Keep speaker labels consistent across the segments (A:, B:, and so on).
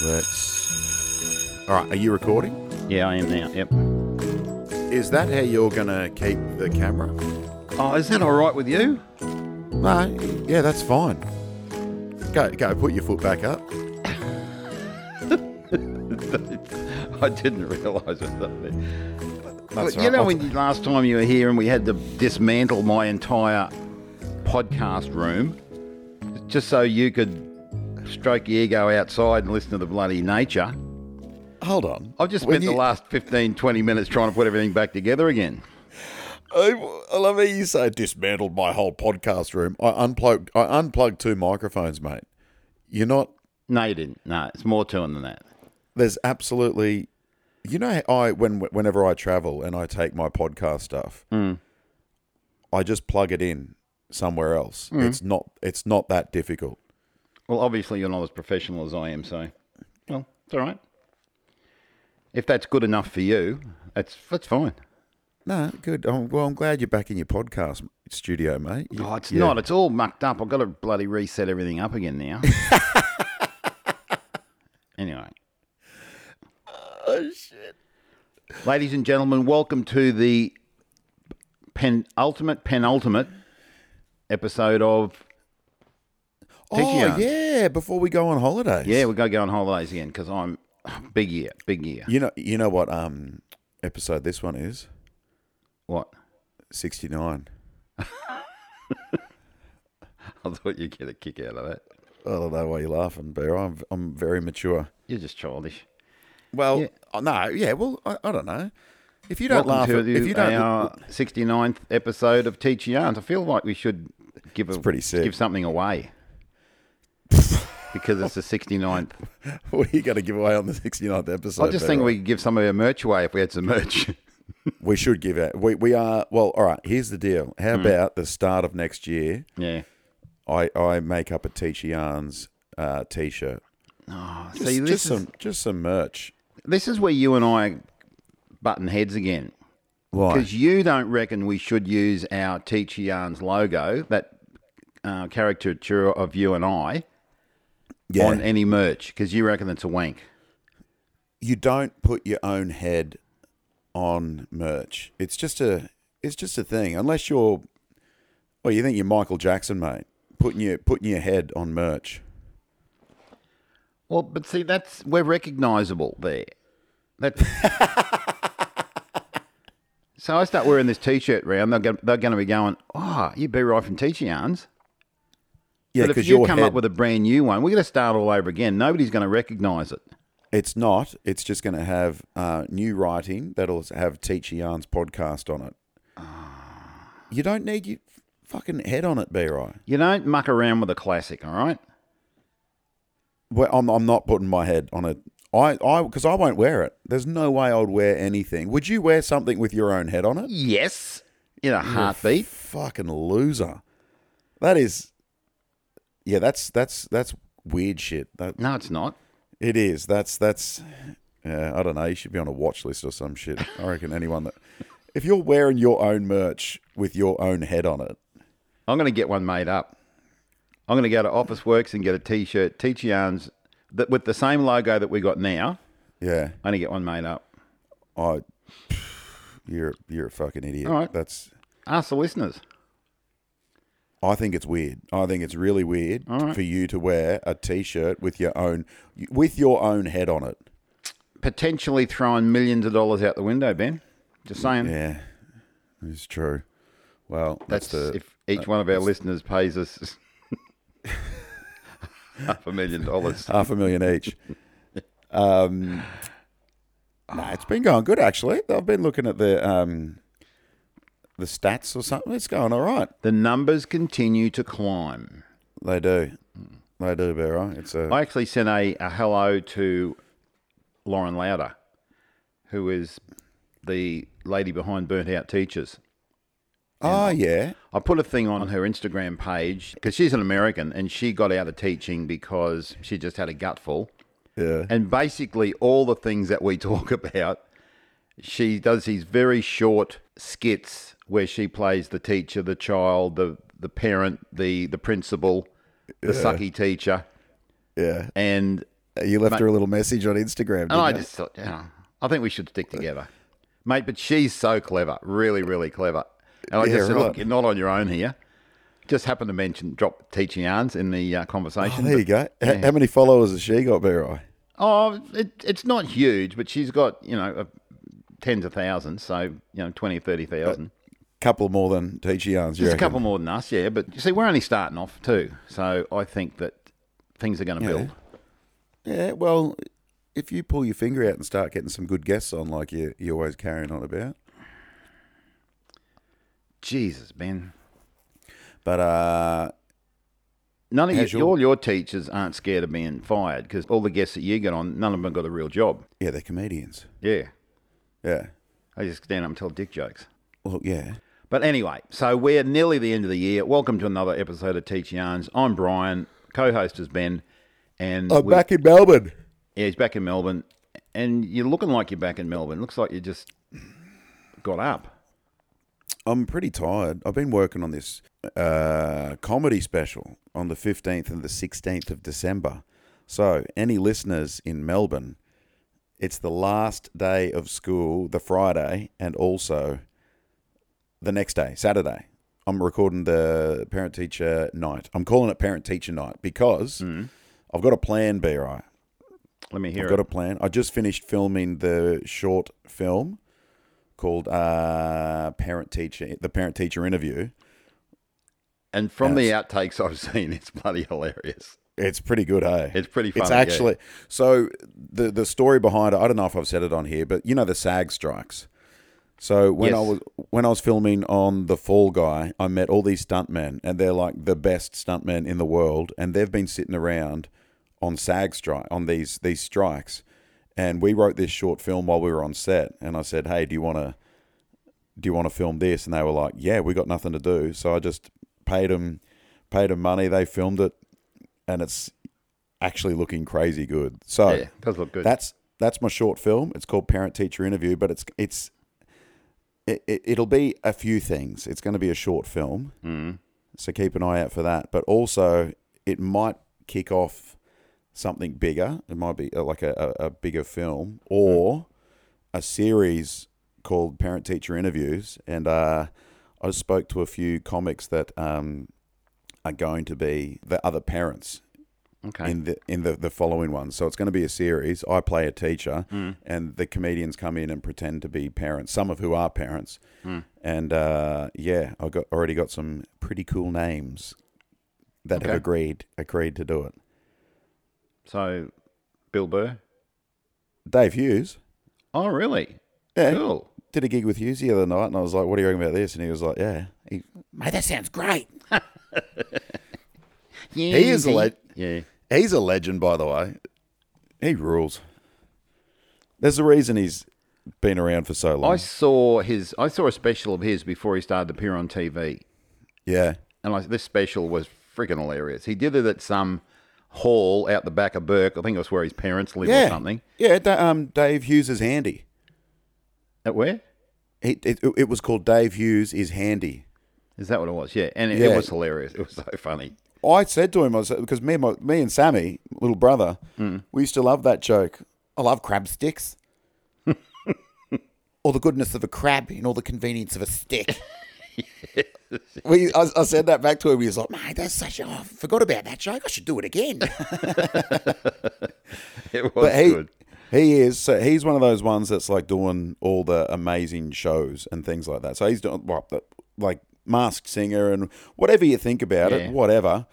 A: Let's. uh, All right, are you recording?
B: Yeah, I am now. Yep.
A: Is that how you're going to keep the camera?
B: Oh, is that all right with you?
A: No, yeah, that's fine. Go, go, put your foot back up.
B: I didn't realise it. That
A: That's
B: you
A: all
B: know,
A: right.
B: when you, last time you were here and we had to dismantle my entire podcast room just so you could stroke your ego outside and listen to the bloody nature.
A: Hold on.
B: I've just
A: When
B: spent
A: you-
B: the last 15, 20 minutes trying to put everything back together again.
A: I, I love how you say dismantled my whole podcast room. I unplugged. I unplugged two microphones, mate. You're not.
B: No, you didn't. No, it's more to it than that.
A: There's absolutely. You know, I when whenever I travel and I take my podcast stuff, I just plug it in somewhere else. It's not. It's not that difficult.
B: Well, obviously, you're not as professional as I am, so. Well, it's all right. If that's good enough for you, that's, that's fine.
A: No, good. Oh, well, I'm glad you're back in your podcast studio, mate. You-
B: Oh, it's
A: yeah.
B: not. It's all mucked up. I've got to bloody reset everything up again now. anyway. Oh, shit. Ladies and gentlemen, welcome to the penultimate, penultimate episode of.
A: Oh,
B: Tikion.
A: yeah. Before we go on holidays.
B: Yeah, we're going to go on holidays again because I'm. Big year. Big year.
A: You know. You know what? Um, episode this one is
B: What?
A: sixty nine.
B: I thought you'd get a kick out of that.
A: I don't know why you're laughing, but I'm I'm very mature.
B: You're just childish.
A: Well, oh, no, yeah, well, I, I don't know. If you don't
B: Welcome
A: laugh,
B: to
A: at,
B: the,
A: if you don't,
B: our 69th episode of Teach Yarns. I feel like we should give a,
A: pretty sick.
B: give something away because it's the 69th.
A: what are you going to give away on the 69th episode?
B: I just think
A: Peter?
B: we could give some of our merch away if we had some merch.
A: we should give it. We we are well. All right. Here's the deal. How
B: Hmm.
A: about the start of next year?
B: yeah.
A: I I make up a Teach Yarns uh, t-shirt.
B: Oh,
A: Just,
B: see, this,
A: just
B: is,
A: some just some merch.
B: this is where you and I button heads again
A: Right.
B: because you don't reckon we should use our Teach Yarns logo, that uh, caricature of you and I,
A: Yeah.
B: on any merch because you reckon it's a wank.
A: you don't put your own head on merch. It's just a it's just a thing. Unless you're well, you think you're Michael Jackson, mate, putting your putting your head on merch.
B: Well, but see, that's we're recognisable there. That. so I start wearing this t-shirt round. They're going, they're going to be going, "Ah, you be right from teacher yarns."
A: Yeah,
B: but if
A: because
B: you
A: your
B: come
A: head,
B: up with a brand new one, we're going to start all over again. Nobody's going to recognise it.
A: it's not. It's just going to have uh, new writing that'll have Teacher Yarns podcast on it. You don't need your fucking head on it, B.R.I.
B: You don't muck around with a classic, all right?
A: Well, I'm, I'm not putting my head on it. I I because I won't wear it. There's no way I would wear anything. Would you wear something with your own head on it?
B: Yes, in a heartbeat.
A: fucking loser. That is, yeah, that's that's that's weird shit. That
B: No, it's not.
A: it is. That's that's. Yeah, I don't know. You should be on a watch list or some shit. I reckon anyone that, if you're wearing your own merch with your own head on it,
B: I'm going to get one made up. I'm going to go to Office Works and get a t-shirt, teacher yarns, that with the same logo that we got now.
A: yeah,
B: I'm going to get one made up.
A: I, you're you're a fucking idiot.
B: All right.
A: That's.
B: Ask the listeners.
A: I think it's weird. I think it's really weird for you to wear a t-shirt with your own with your own head on it.
B: potentially throwing millions of dollars out the window, Ben. Just saying.
A: Yeah, it's true. Well,
B: that's
A: that's, the
B: if each one of our listeners pays us half a million dollars.
A: half a million each. um, no, it's been going good actually. I've been looking at the um, the stats or something. It's going all right.
B: The numbers continue to climb.
A: They do, they do, Barra. It's a
B: I actually sent a, a hello to Lauren Lauder, who is the lady behind Burnt Out Teachers.
A: oh yeah,
B: I put a thing on her Instagram page because she's an American and she got out of teaching because she just had a gutful.
A: yeah.
B: And basically, all the things that we talk about, she does these very short skits where she plays the teacher, the child, the the parent, the the principal, the sucky teacher,
A: Yeah,
B: and
A: You left her a little message on Instagram.
B: And
A: didn't
B: Oh, I
A: you?
B: just thought, you know, I think we should stick together. Mate, but she's so clever, really, really clever. And I
A: Yeah,
B: just said,
A: right.
B: look, you're not on your own here. Just happened to mention drop teaching yarns in the uh,
A: Oh,
B: conversation.
A: there you go. H- How many followers has she got, Bear
B: Oh, it, it's not huge, but she's got, you know, uh, tens of thousands. So, you know, 20, 30,000.
A: Couple more than Teachy Yarns. you
B: Just a
A: Uh, reckon?
B: couple more than us, yeah. But you see, we're only starting off too. So I think that things are going to build.
A: Yeah, well, if you pull your finger out and start getting some good guests on, like you, you're always carrying on about.
B: Jesus, Ben.
A: But uh,
B: None of
A: How's
B: you,
A: your-
B: all your teachers aren't scared of being fired because all the guests that you get on, none of them have got a real job.
A: yeah, they're comedians.
B: Yeah.
A: Yeah.
B: I just stand up and tell dick jokes.
A: Well, yeah.
B: But anyway, so we're nearly the end of the year. Welcome to another episode of Teach Yarns. I'm Brian, co host is Ben, and we-
A: Oh, in Melbourne.
B: yeah, he's back in Melbourne. And you're looking like you're back in Melbourne. Looks like you just got up.
A: I'm pretty tired. I've been working on this uh, comedy special on the 15th and the 16th of December. So, any listeners in Melbourne, it's the last day of school, the Friday, and also the next day, Saturday. I'm recording the parent teacher night. I'm calling it parent teacher night because I've got a plan, BRI.
B: Let me hear
A: I've
B: it.
A: got a plan. I just finished filming the short film called uh, Parent Teacher, the Parent Teacher Interview.
B: and from the outtakes I've seen, it's bloody hilarious.
A: It's pretty good, eh? hey.
B: It's pretty funny.
A: it's
B: yeah.
A: actually so the the story behind it. I don't know if I've said it on here, but you know the SAG strikes. So when I
B: Yes.
A: was when I was filming on the Fall Guy, I met all these stuntmen, and they're like the best stuntmen in the world, and they've been sitting around on SAG strike on these these strikes, and we wrote this short film while we were on set, and I said, hey, do you want to do you want to film this? And they were like, yeah, we got nothing to do, so I just paid them paid them money, they filmed it, and it's actually looking crazy good. So
B: Yeah, it does look good.
A: that's that's my short film. It's called Parent Teacher Interview, but it's it's it, it, it'll be a few things. It's going to be a short film,
B: Mm-hmm.
A: mm. so keep an eye out for that. But also, it might kick off something bigger. It might be uh, like a, a, a bigger film or
B: Mm-hmm.
A: a series called Parent Teacher Interviews. And uh, I spoke to a few comics that um, are going to be the other parents
B: okay.
A: in the in the, the following ones. So it's going to be a series. I play a teacher,
B: Hmm.
A: and the comedians come in and pretend to be parents. Some of who are parents,
B: Hmm.
A: and uh, yeah, I got already got some pretty cool names that
B: Okay.
A: have agreed agreed to do it.
B: so, Bill Burr.
A: Dave Hughes
B: Oh, really?
A: Yeah.
B: Cool.
A: did a gig with Hughes the other night, and I was like, "What are you talking about this?" And he was like, "Yeah, he, mate, that sounds great." He is a le-
B: Yeah.
A: He's a legend, by the way. He rules. There's a reason he's been around for so long.
B: I saw his. I saw a special of his before he started to appear on TV,
A: yeah.
B: and I, this special was freaking hilarious. He did it at some hall out the back of Burke. I think it was where his parents lived
A: yeah,
B: or something.
A: Yeah, da- um, Dave Hughes is handy.
B: At where?
A: It, it, it was called Dave Hughes is handy.
B: Is that what it was? Yeah, and it, it
A: Yeah.
B: was hilarious. It was so funny.
A: I said to him, I said, because me and, my, me and Sammy, little brother,
B: Hmm.
A: we used to love that joke. I love crab sticks. all the goodness of a crab and all the convenience of a stick. we, I, I said that back to him. He was like, mate, that's such a, oh, I forgot about that joke. I should do it again.
B: It was
A: but he,
B: good.
A: he is so he's one of those ones that's like doing all the amazing shows and things like that. So he's doing well, the- like Masked Singer and whatever you think about
B: Yeah.
A: it, whatever.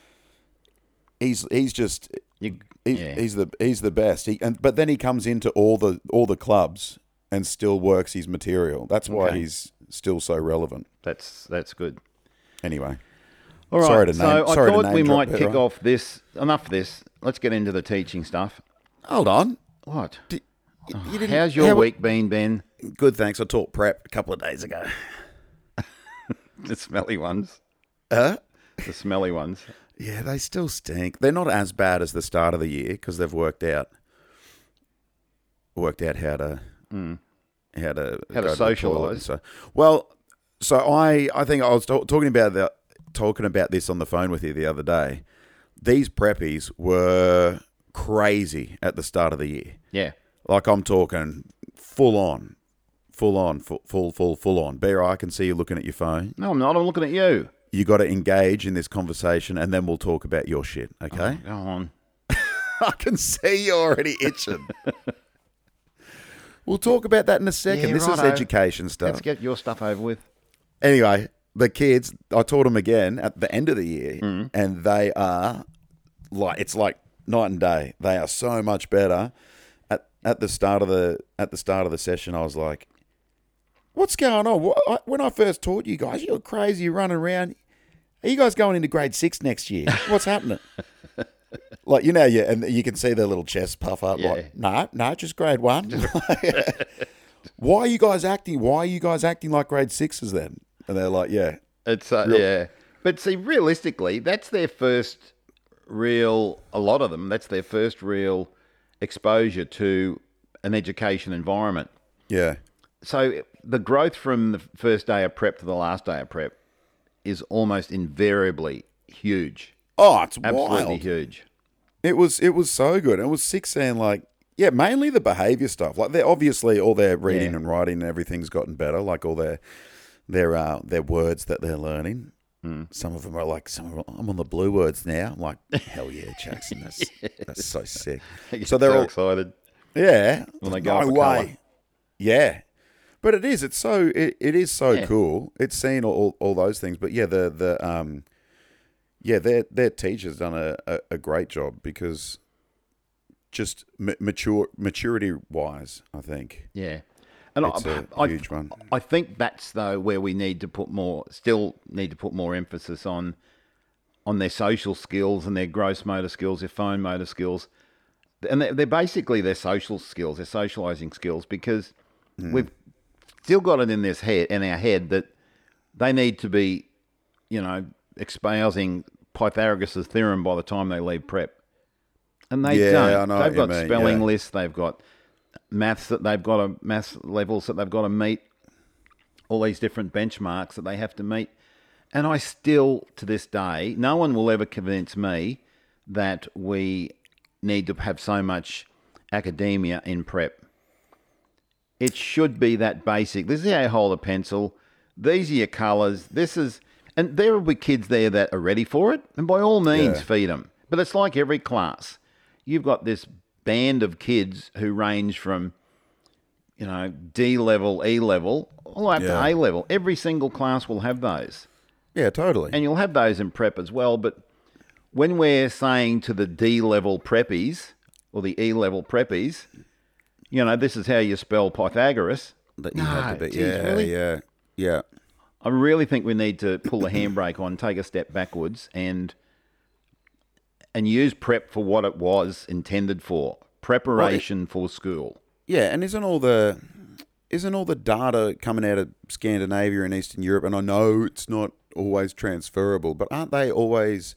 A: He's he's just
B: You,
A: he's,
B: yeah.
A: he's the he's the best. He and but then he comes into all the all the clubs and still works his material. That's why
B: Okay.
A: he's still so relevant.
B: that's that's good.
A: Anyway,
B: All right.
A: Sorry to name-
B: so
A: sorry
B: I
A: to
B: thought
A: name
B: we
A: drop
B: might
A: there,
B: kick
A: right?
B: off this. Enough of this. Let's get into the teaching stuff.
A: hold on.
B: What?
A: You
B: Oh, How's your week been, Ben?
A: Good, thanks. I taught prep a couple of days ago.
B: The smelly ones.
A: Huh?
B: The smelly ones.
A: Yeah, they still stink. They're not as bad as the start of the year because they've worked out worked out how to Hmm. how to
B: How to
A: go the toilet
B: socialise.
A: and So, well, so I I think I was ta- talking about the talking about this on the phone with you the other day. These preppies were crazy at the start of the year.
B: Yeah.
A: Like I'm talking full on, full on, full, full, full, full on. Bear, I can see you looking at your phone.
B: No, I'm not. I'm looking at you.
A: You got to engage in this conversation, and then we'll talk about your shit. Okay?
B: Go on.
A: I can see you're already itching. we'll talk about that in a second.
B: Yeah,
A: this is
B: righto.
A: education stuff.
B: Let's get your stuff over with.
A: anyway, the kids, I taught them again at the end of the year, and they are like it's like night and day. They are so much better. At, at the start of the at the start of the session, I was like, "What's going on? What, I, when I first taught you guys, you were crazy running around. Are you guys going into grade six next year? What's happening?" like you know, yeah, and you can see their little chest puff up.
B: Yeah.
A: Like, no, no, just grade one. Why are you guys acting? Why are you guys acting like grade sixes then? And they're like, yeah,
B: It's uh, yeah, but see, realistically, that's their first real. A lot of them, that's their first real exposure to an education environment.
A: yeah,
B: So the growth from the first day of prep to the last day of prep is almost invariably huge,
A: Oh, it's
B: absolutely
A: wild.
B: huge.
A: It was it was so good. It was sick saying like yeah, mainly the behavior stuff. Like they're obviously all their reading
B: Yeah.
A: and writing and everything's gotten better. Like all their their uh, their words that they're learning.
B: Mm.
A: Some of them are like, some of them, I'm on the blue words now. I'm like, hell yeah, Jackson, that's that's so sick.
B: They get
A: So they're all
B: excited.
A: yeah.
B: When they go
A: no
B: for
A: way.
B: colour.
A: Yeah. But it is. It's so. It, it is so
B: Yeah.
A: cool. It's seen all, all those things. But yeah, the the um, yeah, their their teachers done a, a, a great job because just ma- mature maturity wise, I think
B: Yeah, and
A: it's
B: I,
A: a
B: I-
A: huge one.
B: I think that's though where we need to put more, still need to put more emphasis on, on their social skills and their gross motor skills, their phone motor skills, and they're, they're basically their social skills, their socializing skills, because
A: Hmm.
B: we've still got it in this head, in our head that they need to be, you know, espousing Pythagoras' theorem by the time they leave prep, and they
A: Yeah,
B: don't.
A: I know what
B: they've
A: you
B: got
A: mean,
B: spelling
A: yeah.
B: lists, they've got maths that they've got to maths levels that they've got to meet all these different benchmarks that they have to meet. And I still, to this day, no one will ever convince me that we need to have so much academia in prep. It should be that basic. This is how you hold a pencil. These are your colours. This is, and there will be kids there that are ready for it. And by all means,
A: Yeah.
B: feed them. But it's like every class. You've got this band of kids who range from you know, D level, E level, all the way up
A: Yeah.
B: to A level. Every single class will have those.
A: Yeah, totally.
B: And you'll have those in prep as well. But when we're saying to the D level preppies or the E level preppies, you know, this is how you spell Pythagoras.
A: That you had
B: No,
A: to be.
B: geez,
A: yeah,
B: really?
A: yeah, yeah.
B: I really think we need to pull the handbrake on, take a step backwards, and and use prep for what it was intended for preparation for school.
A: Yeah, and isn't all the isn't all the data coming out of Scandinavia and Eastern Europe? And I know it's not always transferable, but aren't they always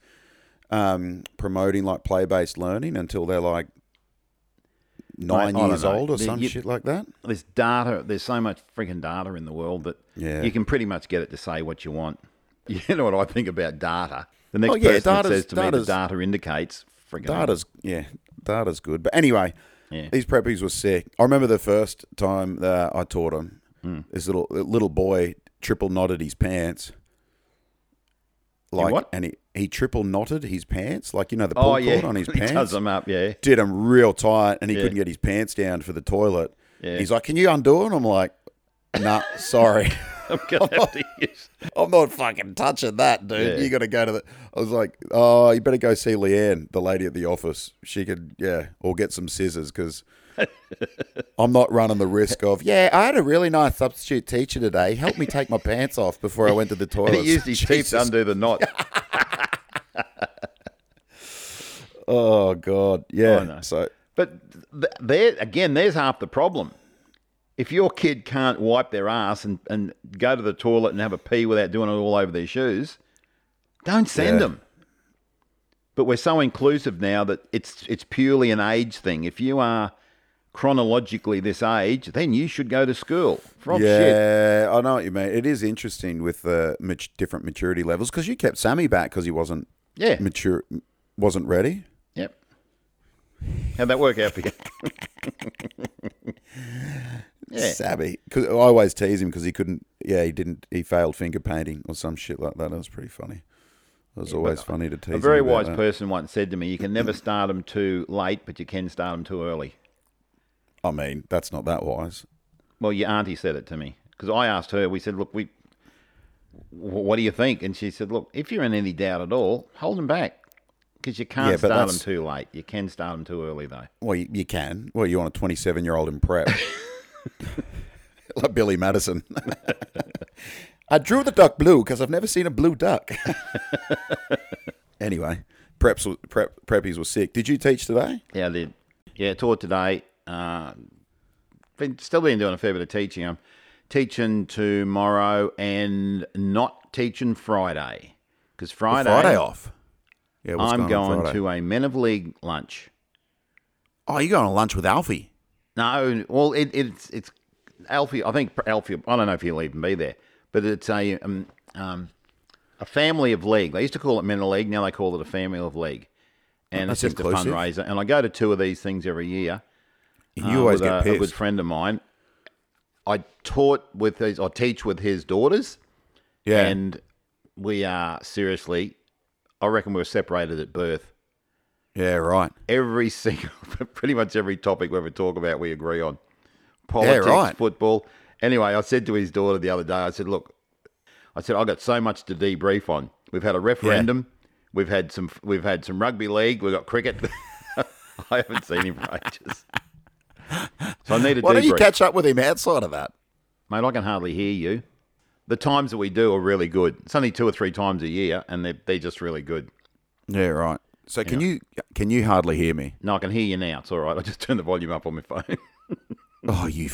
A: um, promoting like play based learning until they're like nine
B: I don't
A: years
B: know.
A: old or
B: The-
A: some
B: you-
A: shit like that?
B: there's data. There's so much freaking data in the world that
A: Yeah.
B: you can pretty much get it to say what you want. You know what I think about data? The next
A: Oh, yeah,
B: person that
A: data's-
B: says to me the
A: data's-
B: data indicates freaking
A: Data's yeah, data's good. But anyway,
B: Yeah.
A: these preppies were sick. I remember the first time that I taught them.
B: Hmm.
A: This little little boy triple knotted his pants. Like
B: what?
A: and he, he triple knotted his pants, like you know the pull
B: Oh
A: cord
B: yeah,
A: on his
B: he does
A: pants.
B: them up. Yeah,
A: Did him real tight, and he
B: Yeah.
A: couldn't get his pants down for the toilet.
B: Yeah.
A: He's like, "Can you undo it?" And I'm like, "Nah, sorry."
B: I'm gonna have to use.
A: I'm not fucking touching that, dude.
B: Yeah.
A: You got to go to the. I was like, oh, you better go see Leanne, the lady at the office. She could, yeah, or get some scissors because I'm not running the risk of. Yeah, I had a really nice substitute teacher today. Help me take my pants off before I went to the
B: And
A: toilet.
B: he used his teeth to
A: Oh, Jesus.
B: undo the knot.
A: Oh god, yeah.
B: I know.
A: So
B: But th- there again, there's half the problem. If your kid can't wipe their ass and, and go to the toilet and have a pee without doing it all over their shoes, don't send
A: Yeah.
B: them. But we're so inclusive now that it's it's purely an age thing. If you are chronologically this age, then you should go to school. From Oh, shit.
A: yeah, I know what you mean. It is interesting with the mat- different maturity levels because you kept Sammy back because he wasn't
B: Yeah.
A: mature, wasn't ready.
B: Yep. How'd that work out for you? yeah.
A: Savvy. 'Cause I always tease him because he couldn't. Yeah, he didn't. He failed finger painting or some shit like that. That was pretty funny. It was always funny to tease.
B: A very
A: him about
B: wise
A: that.
B: person once said to me, "You can never start them too late, but you can start them too early."
A: I mean, that's not that wise.
B: Well, your auntie said it to me because I asked her. We said, "Look, we, wh- what do you think?" And she said, "Look, if you're in any doubt at all, hold them back because you can't
A: Yeah, but
B: start them
A: that's-
B: too late. You can start them too early, though."
A: Well, you, you can. Well, you want a 27 year old in prep. like Billy Madison. I drew the duck blue because I've never seen a blue duck. anyway, preps were- prep, preppies were sick. Did you teach today?
B: Yeah, I did. Yeah, taught today. Uh, been still been doing a fair bit of teaching. I'm teaching tomorrow and not teaching Friday because Friday,
A: off. Yeah, what's
B: I'm
A: going on
B: going
A: Friday?
B: to a men of league lunch.
A: Oh, you're going on lunch with Alfie.
B: No, well, it, it's it's Alfie. I think Alfie. I don't know if he'll even be there, but it's a um, um, a family of league. They used to call it men of league. Now they call it a family of league, and
A: That's
B: it's just
A: inclusive.
B: a fundraiser. And I go to two of these things every year.
A: And you
B: uh,
A: always
B: with
A: get
B: a, a
A: pissed.
B: good friend of mine. I taught with his. I teach with his daughters,
A: yeah.
B: and we are seriously. I reckon we were separated at birth.
A: yeah, right.
B: Every single, pretty much every topic we ever talk about, we agree on. Politics,
A: right.
B: football. Anyway, I said to his daughter the other day, I said, "Look, I said I got so much to debrief on. We've had a referendum, we've had some, we've had some rugby league, we've got cricket. I haven't seen him for ages, so I need a
A: Why
B: debrief.
A: don't you catch up with him outside of that?
B: Mate, I can hardly hear you. The times that we do are really good. It's only two or three times a year, and they're, they're just really good.
A: Yeah, right. So can you can you hardly hear me?
B: No, I can hear you now. It's all right. I just turned the volume up on my phone.
A: Oh, you f-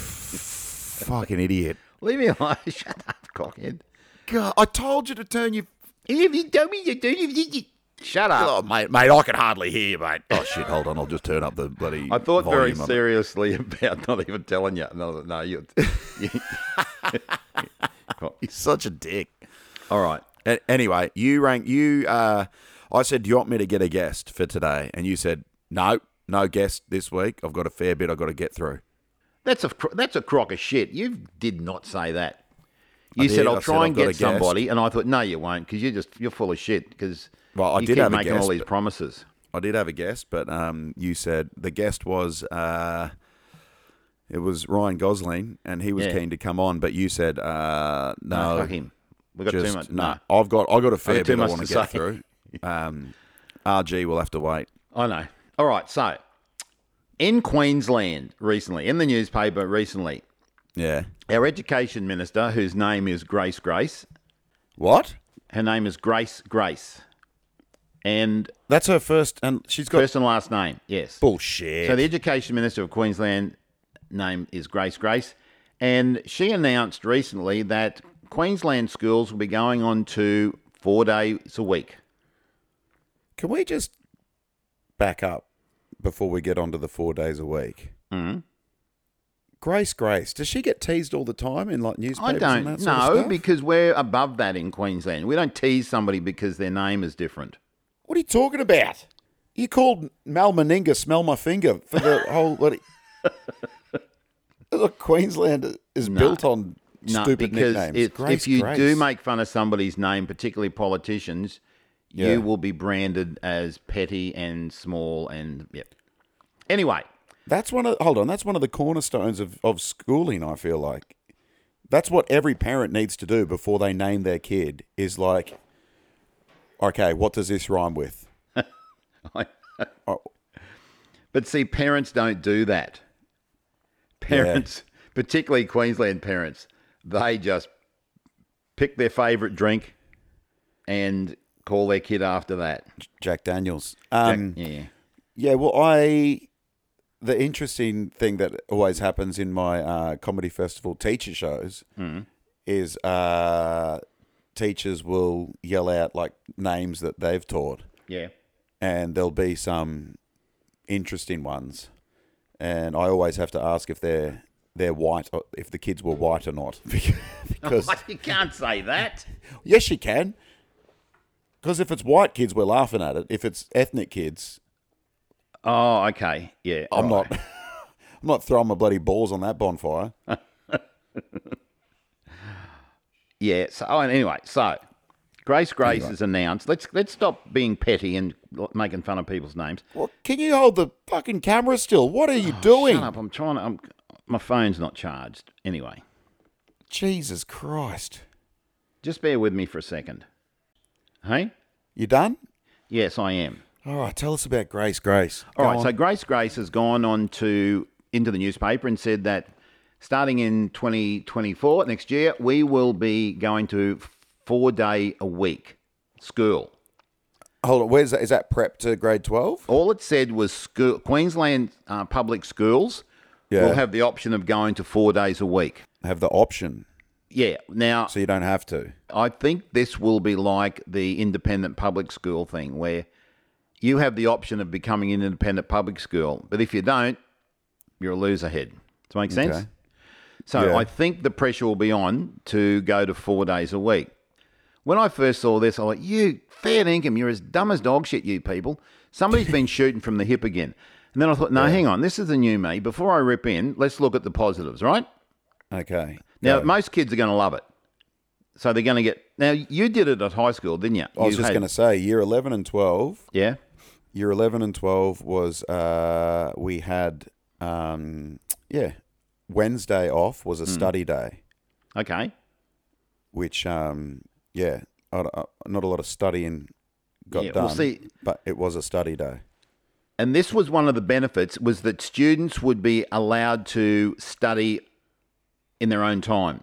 A: fucking idiot!
B: Leave me alone. Shut up, cockhead.
A: God, I told you to turn your
B: If you tell me you do, you did you- Shut up.
A: Oh, mate, mate, I can hardly hear you, mate. Oh shit, hold on, I'll just turn up the bloody.
B: I thought very
A: volume on-
B: seriously about not even telling you. No, no, you. you-
A: You're such a dick.
B: all right.
A: A- anyway, you rang. You, uh, I said, do you want me to get a guest for today? And you said, no, no guest this week. I've got a fair bit I've got to get through.
B: That's a cro- that's a crock of shit. You did not say that. You
A: did.
B: said
A: I
B: I'll
A: said
B: try
A: I've
B: and
A: got a
B: get
A: guest."
B: somebody, and I thought no, you won't, because you're just you're full of shit. Because
A: Well, I
B: you
A: did
B: keep
A: have a
B: making
A: guest,
B: all these
A: but-
B: promises.
A: I did have a guest, but um, you said the guest was uh, it was Ryan Gosling, and he was
B: Yeah.
A: keen to come on, but you said uh, no,
B: No, fuck him. We got
A: just
B: too much.
A: no.
B: No,
A: I've got I got a fair
B: got too
A: bit I
B: much
A: want to
B: to
A: get
B: say.
A: through. Um, RG will have to wait.
B: I know. All right. So, in Queensland recently, in the newspaper recently,
A: Yeah.
B: our education minister, whose name is Grace Grace,
A: What?
B: her name is Grace Grace, and
A: That's her first, and she's got
B: first and last name, yes.
A: bullshit.
B: So the Education Minister of Queensland name is Grace Grace, and she announced recently that Queensland schools will be going on to four days a week.
A: Can we just back up before we get onto the four days a week? Mm-hmm. Grace, Grace, does she get teased all the time in like newspapers?
B: I
A: and
B: don't
A: that sort of
B: know
A: stuff?
B: because we're above that in Queensland. We don't tease somebody because their name is different.
A: What are you talking about? You called Mal Meninga smell my finger for the whole. What Look, Queensland is built on
B: No,
A: stupid
B: because
A: nicknames.
B: If,
A: Grace,
B: if you
A: Grace.
B: do make fun of somebody's name, particularly politicians,
A: Yeah.
B: you will be branded as petty and small and yep. Anyway,
A: That's one of hold on. That's one of the cornerstones of, of schooling. I feel like that's what every parent needs to do before they name their kid is like, okay, what does this rhyme with? Oh,
B: But see, parents don't do that. Parents, particularly Queensland parents, they just pick their favourite drink and call their kid after that.
A: Jack Daniels. Um,
B: Yeah.
A: Yeah, well, I the interesting thing that always happens in my uh, comedy festival teacher shows is uh, teachers will yell out like names that they've taught,
B: Yeah.
A: and there'll be some interesting ones, and I always have to ask if they're they're white, or if the kids were white or not, because
B: you can't say that.
A: yes, you can. Because if it's white kids, we're laughing at it. If it's ethnic kids,
B: Oh, okay. Yeah.
A: I'm
B: all right.
A: not. I'm not throwing my bloody balls on that bonfire.
B: Yeah. So oh, and anyway, so Grace Grace is announced. Let's let's stop being petty and l- making fun of people's names.
A: Well, can you hold the fucking camera still? What are you doing?
B: Oh, Shut up! I'm trying to. I'm, my phone's not charged. Anyway,
A: Jesus Christ!
B: just bear with me for a second. Hey.
A: You done?
B: Yes, I am.
A: All right, tell us about Grace. Grace.
B: All
A: Go
B: right.
A: on.
B: So Grace Grace has gone on to into the newspaper and said that starting in 2024 next year we will be going to four day a week school.
A: hold on. Where's that? Is that prep to grade twelve?
B: All it said was school, Queensland uh, public schools
A: Yeah.
B: will have the option of going to four days a week.
A: Have the option,
B: Yeah. Now,
A: so you don't have to.
B: I think this will be like the independent public school thing where you have the option of becoming an independent public school, but if you don't, you're a loser head. Does that make sense?
A: Okay.
B: So
A: Yeah.
B: I think the pressure will be on to go to four days a week. When I first saw this, I was like, you fair dinkum, you're as dumb as dog shit, you people. Somebody's been shooting from the hip again. And then I thought, no, hang on, this is the new me. Before I rip in, let's look at the positives, right?
A: Okay.
B: Now,
A: Go.
B: most kids are going to love it. So they're going to get. Now, you did it at high school, didn't you?
A: I was just going to say, year eleven and twelve.
B: Yeah.
A: Year eleven and twelve was uh, we had um, yeah Wednesday off
B: Hmm.
A: was a study day,
B: Okay.
A: which um, yeah I, I- not a lot of studying got
B: Yeah,
A: done,
B: well, see-
A: but it was a study day.
B: And this was one of the benefits was that students would be allowed to study in their own time.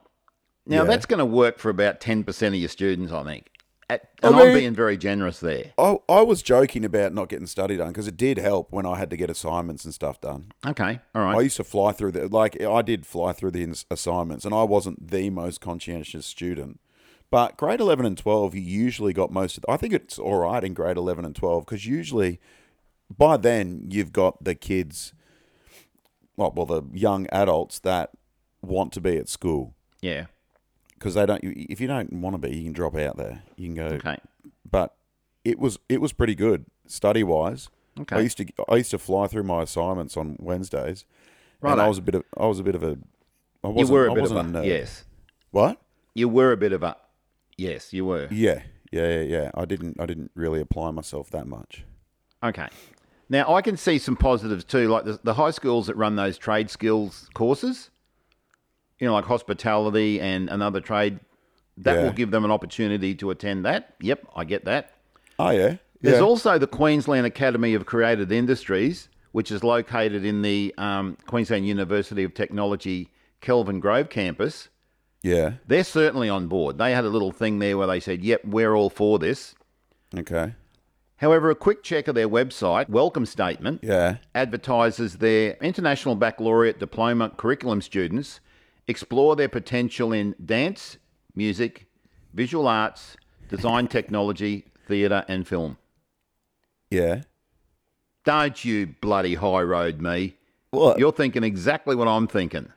A: Yeah.
B: Now, that's going to work for about 10% of your students, I think. At,
A: I
B: and I'm
A: mean-
B: being very generous there.
A: I, I was joking about not getting study done because it did help when I had to get assignments and stuff done.
B: Okay. All
A: I
B: right.
A: used to fly through the like I did fly through the ins- assignments, and I wasn't the most conscientious student. But grade eleven and twelve, you usually got most of. The, I think it's all right in grade eleven and twelve because usually by then you've got the kids, well, well, the young adults that want to be at school
B: yeah.
A: because they don't. If you don't want to be, you can drop out there. You can go
B: Okay.
A: but it was it was pretty good study wise.
B: Okay.
A: I used to I used to fly through my assignments on Wednesdays, and
B: Righto.
A: I was a bit of I was a bit of a I
B: You
A: wasn't,
B: were a
A: I
B: bit of
A: wasn't
B: a.
A: nerd.
B: Yes.
A: What?
B: You were a bit of a. Yes, you were.
A: Yeah, yeah, yeah, yeah. I didn't I didn't really apply myself that much.
B: Okay. Now I can see some positives too, like the, the high schools that run those trade skills courses, you know, like hospitality and another trade. That
A: Yeah.
B: will give them an opportunity to attend that. Yep, I get that.
A: Oh yeah,
B: There's
A: yeah.
B: also the Queensland Academy of Creative Industries, which is located in the um, Queensland University of Technology Kelvin Grove campus.
A: yeah.
B: They're certainly on board. They had a little thing there where they said, "Yep, we're all for this."
A: Okay.
B: However, a quick check of their website welcome statement
A: Yeah.
B: advertises their International Baccalaureate Diploma curriculum students explore their potential in dance, music, visual arts, design technology, theatre, and film.
A: Yeah.
B: Don't you bloody high road me.
A: What?
B: You're thinking exactly what I'm thinking.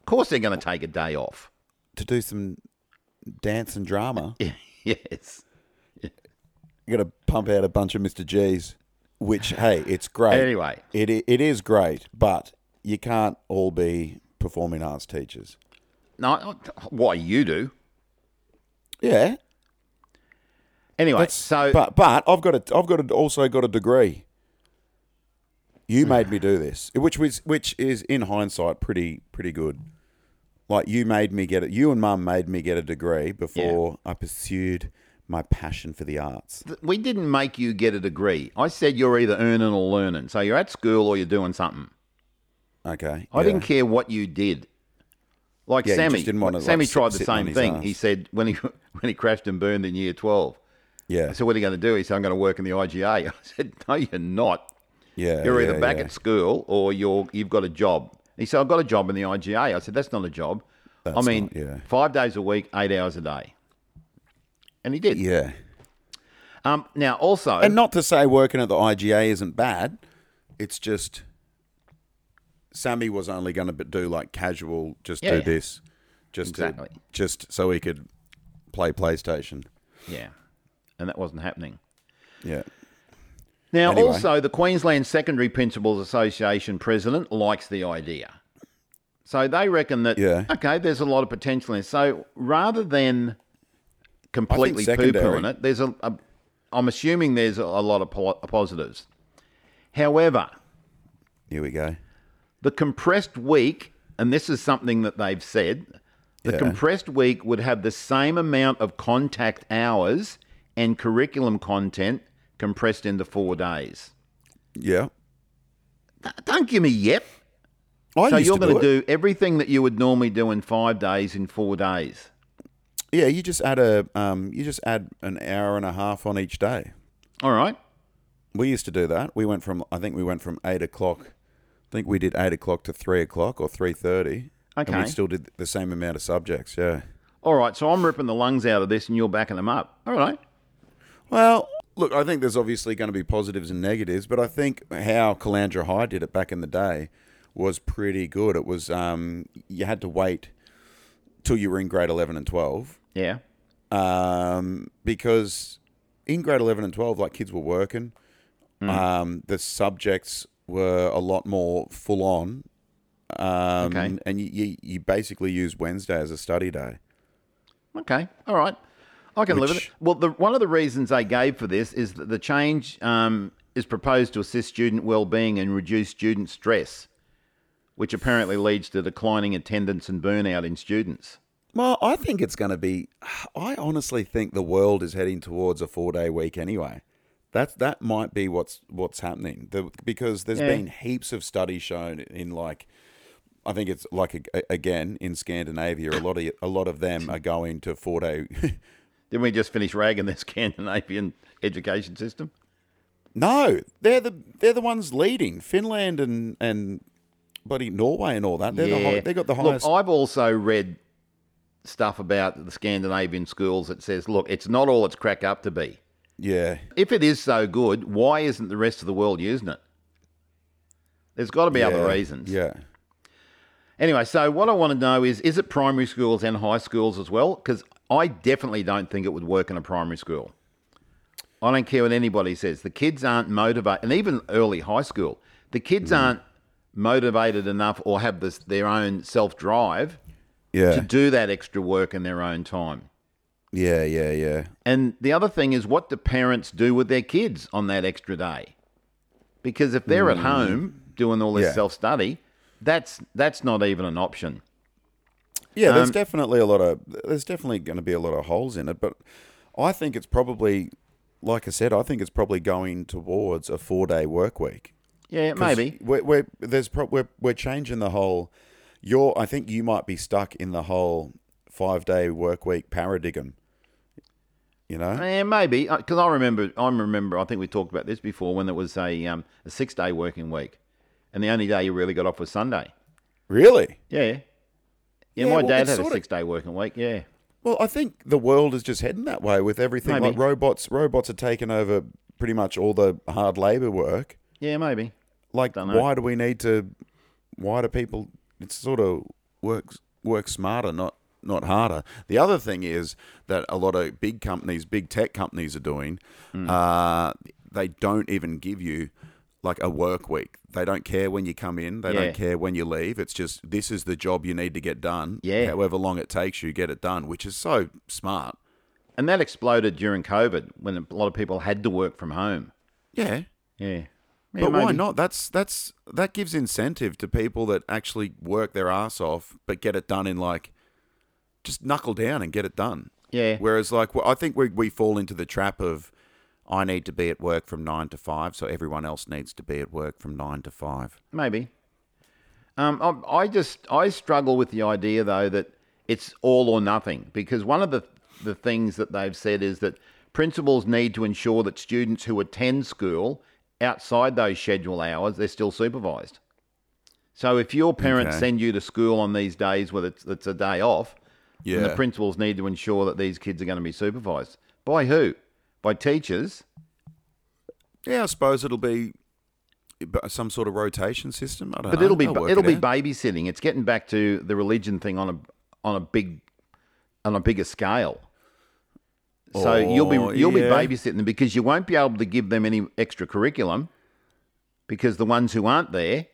B: Of course, they're going to take a day off.
A: to do some dance and drama.
B: yes.
A: You're gonna pump out a bunch of Mr. G's, which hey, it's great.
B: Anyway.
A: it i- it is great, but you can't all be performing arts teachers.
B: No, why you do.
A: Yeah,
B: Anyway,
A: that's
B: so
A: But but I've got a I've got a, also got a degree. You made me do this, which was which is in hindsight pretty pretty good. Like you made me get it. You and Mum made me get a degree before I pursued my passion for the arts.
B: th- we didn't make you get a degree. I said you're either earning or learning. So you're at school or you're doing something.
A: Okay,
B: I
A: yeah.
B: didn't care what you did. Like
A: Yeah, you
B: Sammy,
A: just didn't wanna, like,
B: Sammy
A: sit-
B: tried the
A: sitting on
B: same
A: his
B: thing.
A: ass.
B: He said when he when he crashed and burned in year twelve.
A: Yeah,
B: I said, "What are you going to do?" He said, "I'm going to work in the IGA." I said, "No, you're not.
A: yeah.
B: You're
A: yeah,
B: either back
A: yeah.
B: at school or you're you've got a job." He said, "I've got a job in the IGA." I said, "That's not a job. I
A: That's
B: mean,
A: not- yeah.
B: five days a week, eight hours a day." And he did.
A: yeah.
B: Um, now, also,
A: And not to say working at the IGA isn't bad. It's just Sammy was only going to do like casual, just
B: Yeah,
A: do
B: yeah.
A: this, just
B: Exactly.
A: to, just so he could play PlayStation.
B: yeah, and that wasn't happening.
A: Yeah.
B: Now,
A: Anyway.
B: also, the Queensland Secondary Principals Association president likes the idea. So they reckon that,
A: Yeah.
B: okay, there's a lot of potential in it. So rather than completely poo poo
A: secondary-
B: on it, there's a, a, I'm assuming there's a, a lot of po- positives. However,
A: Here we go.
B: the compressed week, and this is something that they've said, the
A: Yeah.
B: compressed week would have the same amount of contact hours and curriculum content compressed into four days.
A: Yeah.
B: Don't give me yep.
A: I
B: So
A: used
B: you're
A: to do,
B: going to
A: it.
B: do everything that you would normally do in five days in four days.
A: Yeah, you just add a um, you just add an hour and a half on each day.
B: All right.
A: We used to do that. We went from I think we went from eight o'clock. I think we did eight o'clock to three o'clock or three thirty. And
B: Okay.
A: we still did the same amount of subjects. Yeah.
B: All right. So I'm ripping the lungs out of this and you're backing them up. All right.
A: Well, look, I think there's obviously going to be positives and negatives, but I think how Calandra High did it back in the day was pretty good. It was um, you had to wait till you were in grade eleven and twelve
B: Yeah.
A: um, because in grade 11 and 12, like kids were working. Um, the subjects were a lot more full on. Um,
B: Okay.
A: And you, you, you basically use Wednesday as a study day.
B: Okay. All right. I can live with it.
A: Which-
B: Well, the, one of the reasons they gave for this is that the change um, is proposed to assist student well-being and reduce student stress, which apparently leads to declining attendance and burnout in students.
A: Well, I think it's going to be. I honestly think the world is heading towards a four day week anyway. That's that might be what's what's happening the, because there's
B: Yeah.
A: been heaps of studies shown in like. I think it's like a- a- again in Scandinavia, a lot of a lot of them are going to four day.
B: Didn't we just finish ragging the Scandinavian education system?
A: no, they're the they're the ones leading Finland and and bloody Norway and all that. They're the, hi- they got the highest.
B: Look, I've also read stuff about the Scandinavian schools that says, look, it's not all it's cracked up to be.
A: yeah,
B: If it is so good, why isn't the rest of the world using it? There's got to be other
A: yeah,
B: reasons.
A: Yeah,
B: Anyway, so what I want to know is is it primary schools and high schools as well? Because I definitely don't think it would work in a primary school. I don't care what anybody says. The kids aren't motivated, and even early high school, the kids
A: Mm.
B: aren't motivated enough or have this, their own self drive to
A: yeah,
B: do that extra work in their own time.
A: yeah, yeah, yeah.
B: And the other thing is, what do parents do with their kids on that extra day? Because if they're at home doing all this
A: Hmm. Yeah.
B: self study, that's that's not even an option.
A: Yeah, there's
B: Um,
A: definitely a lot of there's definitely going to be a lot of holes in it, but I think it's probably like I said, I think it's probably going towards a four day work week.
B: Yeah,
A: 'Cause
B: maybe.
A: we're, we're there's pro- we're we're changing the whole. You're I think you might be stuck in the whole five day work week paradigm. You know,
B: Yeah, maybe because I remember, I remember. I think we talked about this before when it was a um, a six day working week, and the only day you really got off was Sunday.
A: really.
B: Yeah, yeah.
A: Yeah,
B: my
A: well,
B: dad
A: it's
B: had a
A: sorta-
B: six day working week. Yeah,
A: Well, I think the world is just heading that way with everything.
B: Maybe.
A: Like robots, robots are taking over pretty much all the hard labor work.
B: yeah, maybe.
A: like
B: Dunno.
A: why do we need to why do people it's sort of works work smarter not not harder the other thing is that a lot of big companies big tech companies are doing
B: Hmm.
A: uh, they don't even give you like a work week they don't care when you come in they
B: Yeah.
A: don't care when you leave it's just this is the job you need to get done
B: Yeah.
A: however long it takes you get it done which is so smart
B: And that exploded during COVID when a lot of people had to work from home.
A: yeah
B: Yeah, yeah
A: but why
B: maybe.
A: not? That's that's that gives incentive to people that actually work their ass off, but get it done in like just knuckle down and get it done.
B: Yeah,
A: Whereas, like, well, I think we we fall into the trap of I need to be at work from nine to five, so everyone else needs to be at work from nine to five.
B: maybe. Um, I, I just I struggle with the idea though that it's all or nothing because one of the the things that they've said is that principals need to ensure that students who attend school outside those schedule hours they're still supervised. So if your parents
A: Okay.
B: send you to school on these days where it's, it's a day off, then the
A: Yeah.
B: principals need to ensure that these kids are going to be supervised by who? By teachers.
A: Yeah, I suppose it'll be b- some sort of rotation system. I don't know.
B: But it'll be
A: They'll work
B: it'll
A: it
B: be
A: out.
B: babysitting. It's getting back to the religion thing on a on a big on a bigger scale. So you'll
A: Oh,
B: be you'll
A: yeah.
B: be babysitting them because you won't be able to give them any extra curriculum because the ones who aren't there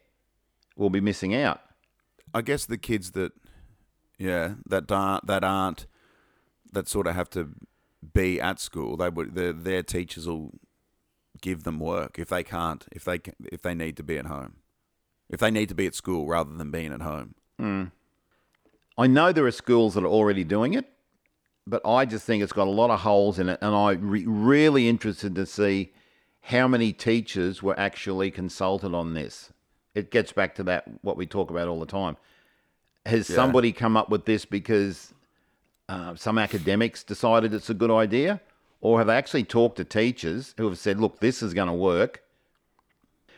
B: will be missing out.
A: I guess the kids that, yeah, that aren't that aren't that sort of have to be at school. They would their their teachers will give them work if they can't if they ca- if they need to be at home, if they need to be at school rather than being at home.
B: I know there are schools that are already doing it, but I just think it's got a lot of holes in it, and I'm re- really interested to see how many teachers were actually consulted on this. It gets back to that what we talk about all the time. Has somebody come up with this because uh, some academics decided it's a good idea, or have they actually talked to teachers who have said, "Look, this is going to work"?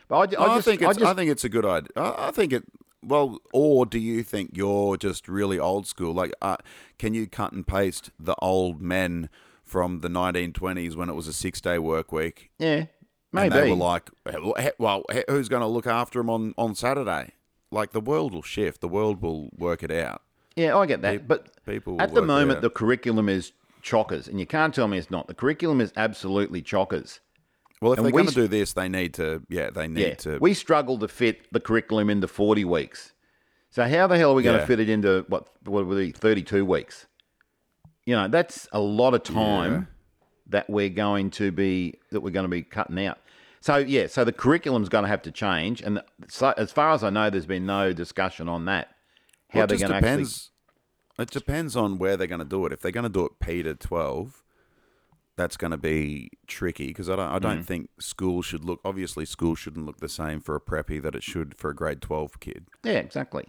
B: But I, I
A: I,
B: just
A: think
B: I
A: it's, I,
B: just
A: think it's a good idea. I, I think it. Well, or do you think you're just really old school? Like, uh, can you cut and paste the old men from the 1920s when it was a six day work week?
B: yeah, maybe
A: And they were like, "Well, he- well, he- who's going to look after them on on Saturday? Like, the world will shift. The world will work it out.
B: Yeah, I get that. But
A: people will
B: at the
A: work it
B: moment,
A: out.
B: the curriculum is chockers, and you can't tell me it's not. The curriculum is absolutely chockers.
A: Well, if
B: And
A: they're
B: we
A: going to
B: s-
A: do this, they need to. Yeah, they need
B: Yeah,
A: to.
B: we struggle to fit the curriculum into forty weeks. So how the hell are we going to
A: Yeah.
B: fit it into what what would be thirty-two weeks? You know, that's a lot of time that we're going to be that we're going to be cutting out. So yeah, so the curriculum's going to have to change, and the, so, as far as I know, there's been no discussion on that. How
A: Well, it
B: they're
A: just
B: going to actually
A: depends. It depends on where they're going to do it. If they're going to do it P to twelve, that's going to be tricky because I don't. I
B: Mm.
A: don't think school should look. Obviously, school shouldn't look the same for a preppy that it should for a grade twelve kid.
B: yeah, exactly.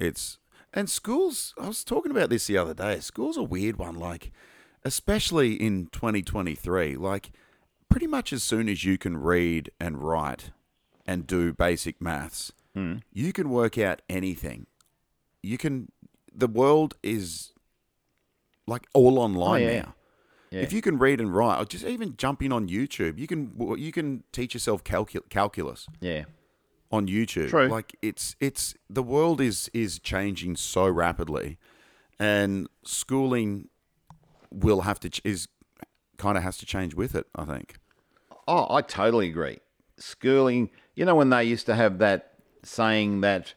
A: It's and schools. I was talking about this the other day. School's a weird one. Like, especially in twenty twenty three. Like, pretty much as soon as you can read and write and do basic maths,
B: Hmm.
A: you can work out anything. You can. The world is like all online
B: Oh, yeah.
A: now.
B: Yeah.
A: If you can read and write, or just even jumping on YouTube, you can you can teach yourself calcul- calculus
B: Yeah.
A: on YouTube.
B: True.
A: Like it's it's the world is is changing so rapidly, and schooling will have to ch- is kind of has to change with it. I think.
B: Oh, I totally agree. Schooling, you know, when they used to have that saying that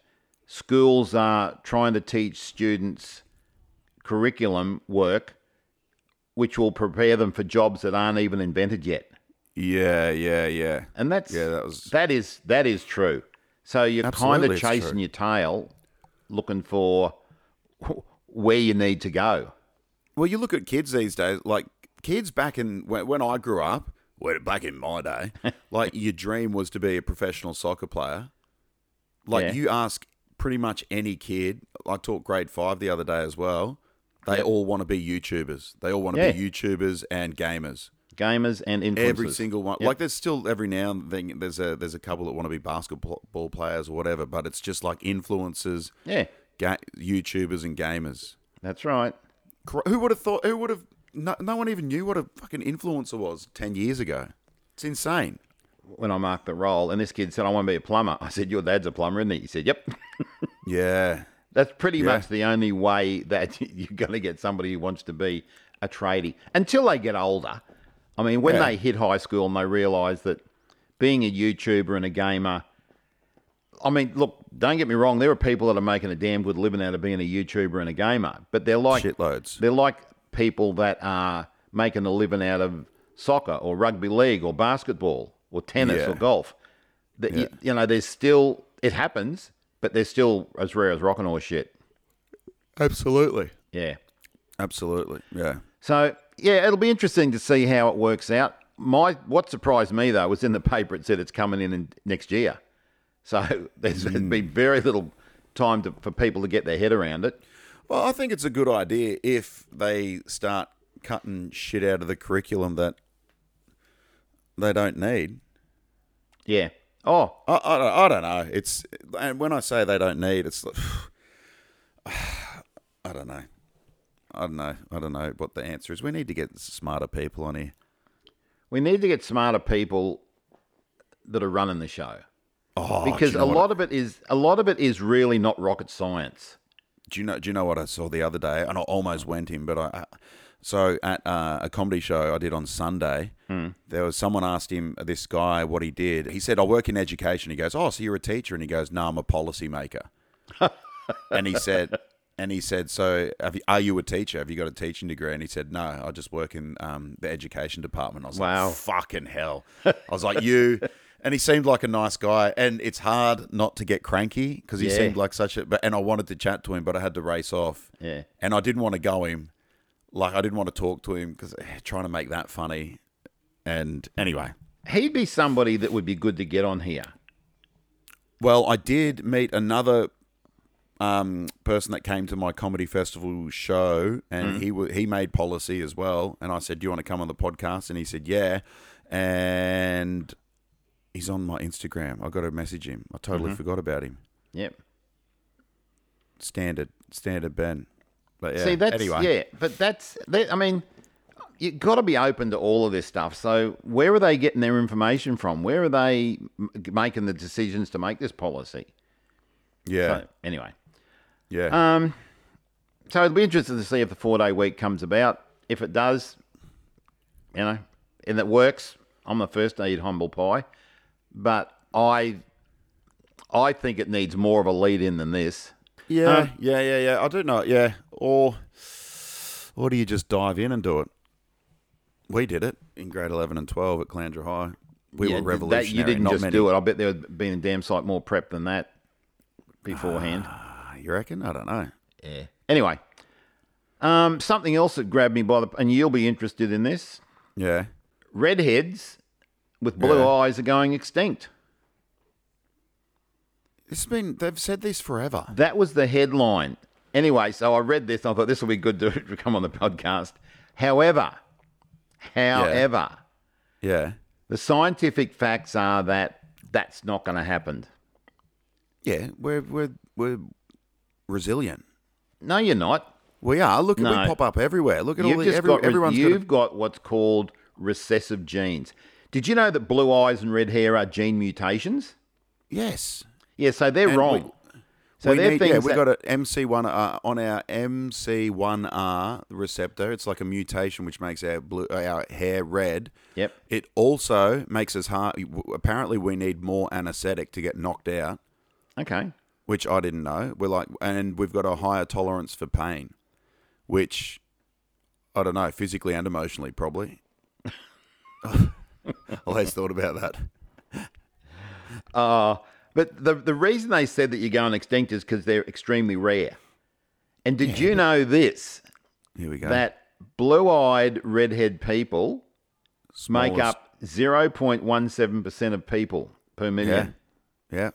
B: schools are trying to teach students curriculum work, which will prepare them for jobs that aren't even invented yet.
A: Yeah, yeah, yeah.
B: And that's
A: Yeah, that was-
B: that is that is true. So you're kind
A: Absolutely,
B: of
A: it's
B: chasing
A: true.
B: your tail, looking for where you need to go.
A: Well, you look at kids these days. Like kids back in when, when I grew up, well, back in my day, like your dream was to be a professional soccer player. Like
B: Yeah.
A: you ask pretty much any kid. I taught grade five the other day as well. They all want to be YouTubers. They all want to
B: Yeah.
A: be YouTubers and gamers.
B: Gamers and influencers.
A: Every single one. Like there's still every now and then there's a there's a couple that want to be basketball ball players or whatever. But it's just like influencers,
B: yeah,
A: ga- YouTubers and gamers.
B: that's right.
A: Cor- Who would have thought? Who would have? No, no one even knew what a fucking influencer was ten years ago. It's insane.
B: when I marked the role, and this kid said, I want to be a plumber. I said, Your dad's a plumber, isn't he? He said, Yep.
A: Yeah,
B: That's pretty
A: Yeah.
B: much the only way that you're going to get somebody who wants to be a tradie until they get older. I mean, when
A: Yeah.
B: they hit high school and they realize that being a YouTuber and a gamer, I mean, look, don't get me wrong, there are people that are making a damn good living out of being a YouTuber and a gamer, but they're like
A: shitloads.
B: they're like people that are making a living out of soccer or rugby league or basketball or tennis
A: Yeah.
B: or golf. That you, you know, there's still it happens, but they're still as rare as rock and roll shit.
A: Absolutely,
B: Yeah.
A: absolutely. Yeah,
B: So yeah, it'll be interesting to see how it works out. My what surprised me though was in the paper it said it's coming in, in next year. So there's been very little time to, for people to get their head around it.
A: Well, I think it's a good idea if they start cutting shit out of the curriculum that they don't need.
B: Yeah. Oh,
A: I, I, don't- I don't know. It's and when I say they don't need, it's like, I don't know. I don't know. I don't know what the answer is. We need to get smarter people on here.
B: We need to get smarter people that are running the show
A: Oh, do
B: because
A: you know
B: a
A: what-
B: lot of it is a lot of it is really not rocket science.
A: Do you know? Do you know what I saw the other day? And I almost went in, but I, So at uh, a comedy show I did on Sunday,
B: Hmm.
A: there was someone asked him this guy what he did. He said, "I work in education." He goes, "Oh, so you're a teacher?" And he goes, "No, I'm a policymaker." and he said, and he said, "So have you, are you a teacher? Have you got a teaching degree?" And he said, "No, I just work in um, the education department." I was
B: Wow.
A: like, "Fucking hell!" I was like, "You." And he seemed like a nice guy, and it's hard not to get cranky because he
B: Yeah.
A: seemed like such a. But and I wanted to chat to him, but I had to race off.
B: Yeah.
A: and I didn't want to go him like I didn't want to talk to him because trying to make that funny. And anyway,
B: He'd be somebody that would be good to get on here.
A: well, I did meet another um, person that came to my comedy festival show, and
B: Mm.
A: he wa he made policy as well. And I said, "Do you want to come on the podcast?" And he said, "Yeah." And he's on my Instagram. I got to message him. I
B: Mm-hmm.
A: totally forgot about him.
B: Yep.
A: Standard, standard Ben. But yeah,
B: See, that's
A: anyway.
B: yeah, but that's that, I mean, you got to be open to all of this stuff. So, where are they getting their information from? Where are they m- making the decisions to make this policy?
A: yeah,
B: So, anyway,
A: yeah.
B: so it'll be interesting to see if the four day week comes about. If it does, you know, and it works, I'm the first to eat humble pie, but I, I think it needs more of a lead in than this.
A: Yeah, yeah, yeah, yeah. I don't know. Yeah, or or do you just dive in and do it? We did it in grade eleven and twelve at Clandra High. We
B: Yeah,
A: were
B: th- that-
A: revolutionary.
B: you didn't
A: not
B: just
A: many.
B: do it. I bet there would been a damn sight more prep than that beforehand.
A: Ah, You reckon? I don't know.
B: Ah, yeah. Anyway, um, something else that grabbed me by the and you'll be interested in this.
A: Yeah.
B: Redheads with blue
A: Yeah.
B: eyes are going extinct.
A: It's been. They've said this forever.
B: That was the headline. Anyway, so I read this. And I thought this will be good to to come on the podcast. However, however,
A: Yeah.
B: the scientific facts are that that's not going to happen.
A: Yeah. We're we're we're resilient.
B: No, you're not.
A: We are. Look, at
B: No.
A: we pop up everywhere. Look at all
B: You've
A: the.
B: just
A: Every,
B: got,
A: everyone's got.
B: you've
A: a-
B: got what's called recessive genes. Did you know that blue eyes and red hair are gene mutations?
A: yes.
B: Yeah, so they're
A: And
B: wrong. so
A: we
B: they're
A: need,
B: things
A: yeah, we
B: that-
A: got an MC1R uh, on our MC1R receptor. It's like a mutation which makes our blue, our hair red.
B: Yep.
A: It also makes us hard. Apparently, we need more anesthetic to get knocked out,
B: okay.
A: which I didn't know. We're like, and we've got a higher tolerance for pain, which I don't know, physically and emotionally, probably. I always thought about that.
B: Uh, but the the reason they said that you're going extinct is because they're extremely rare. And did you know this?
A: Here we go.
B: That blue-eyed redhead people
A: Smallest-
B: make up 0.17% of people per
A: Yeah.
B: million.
A: Yeah.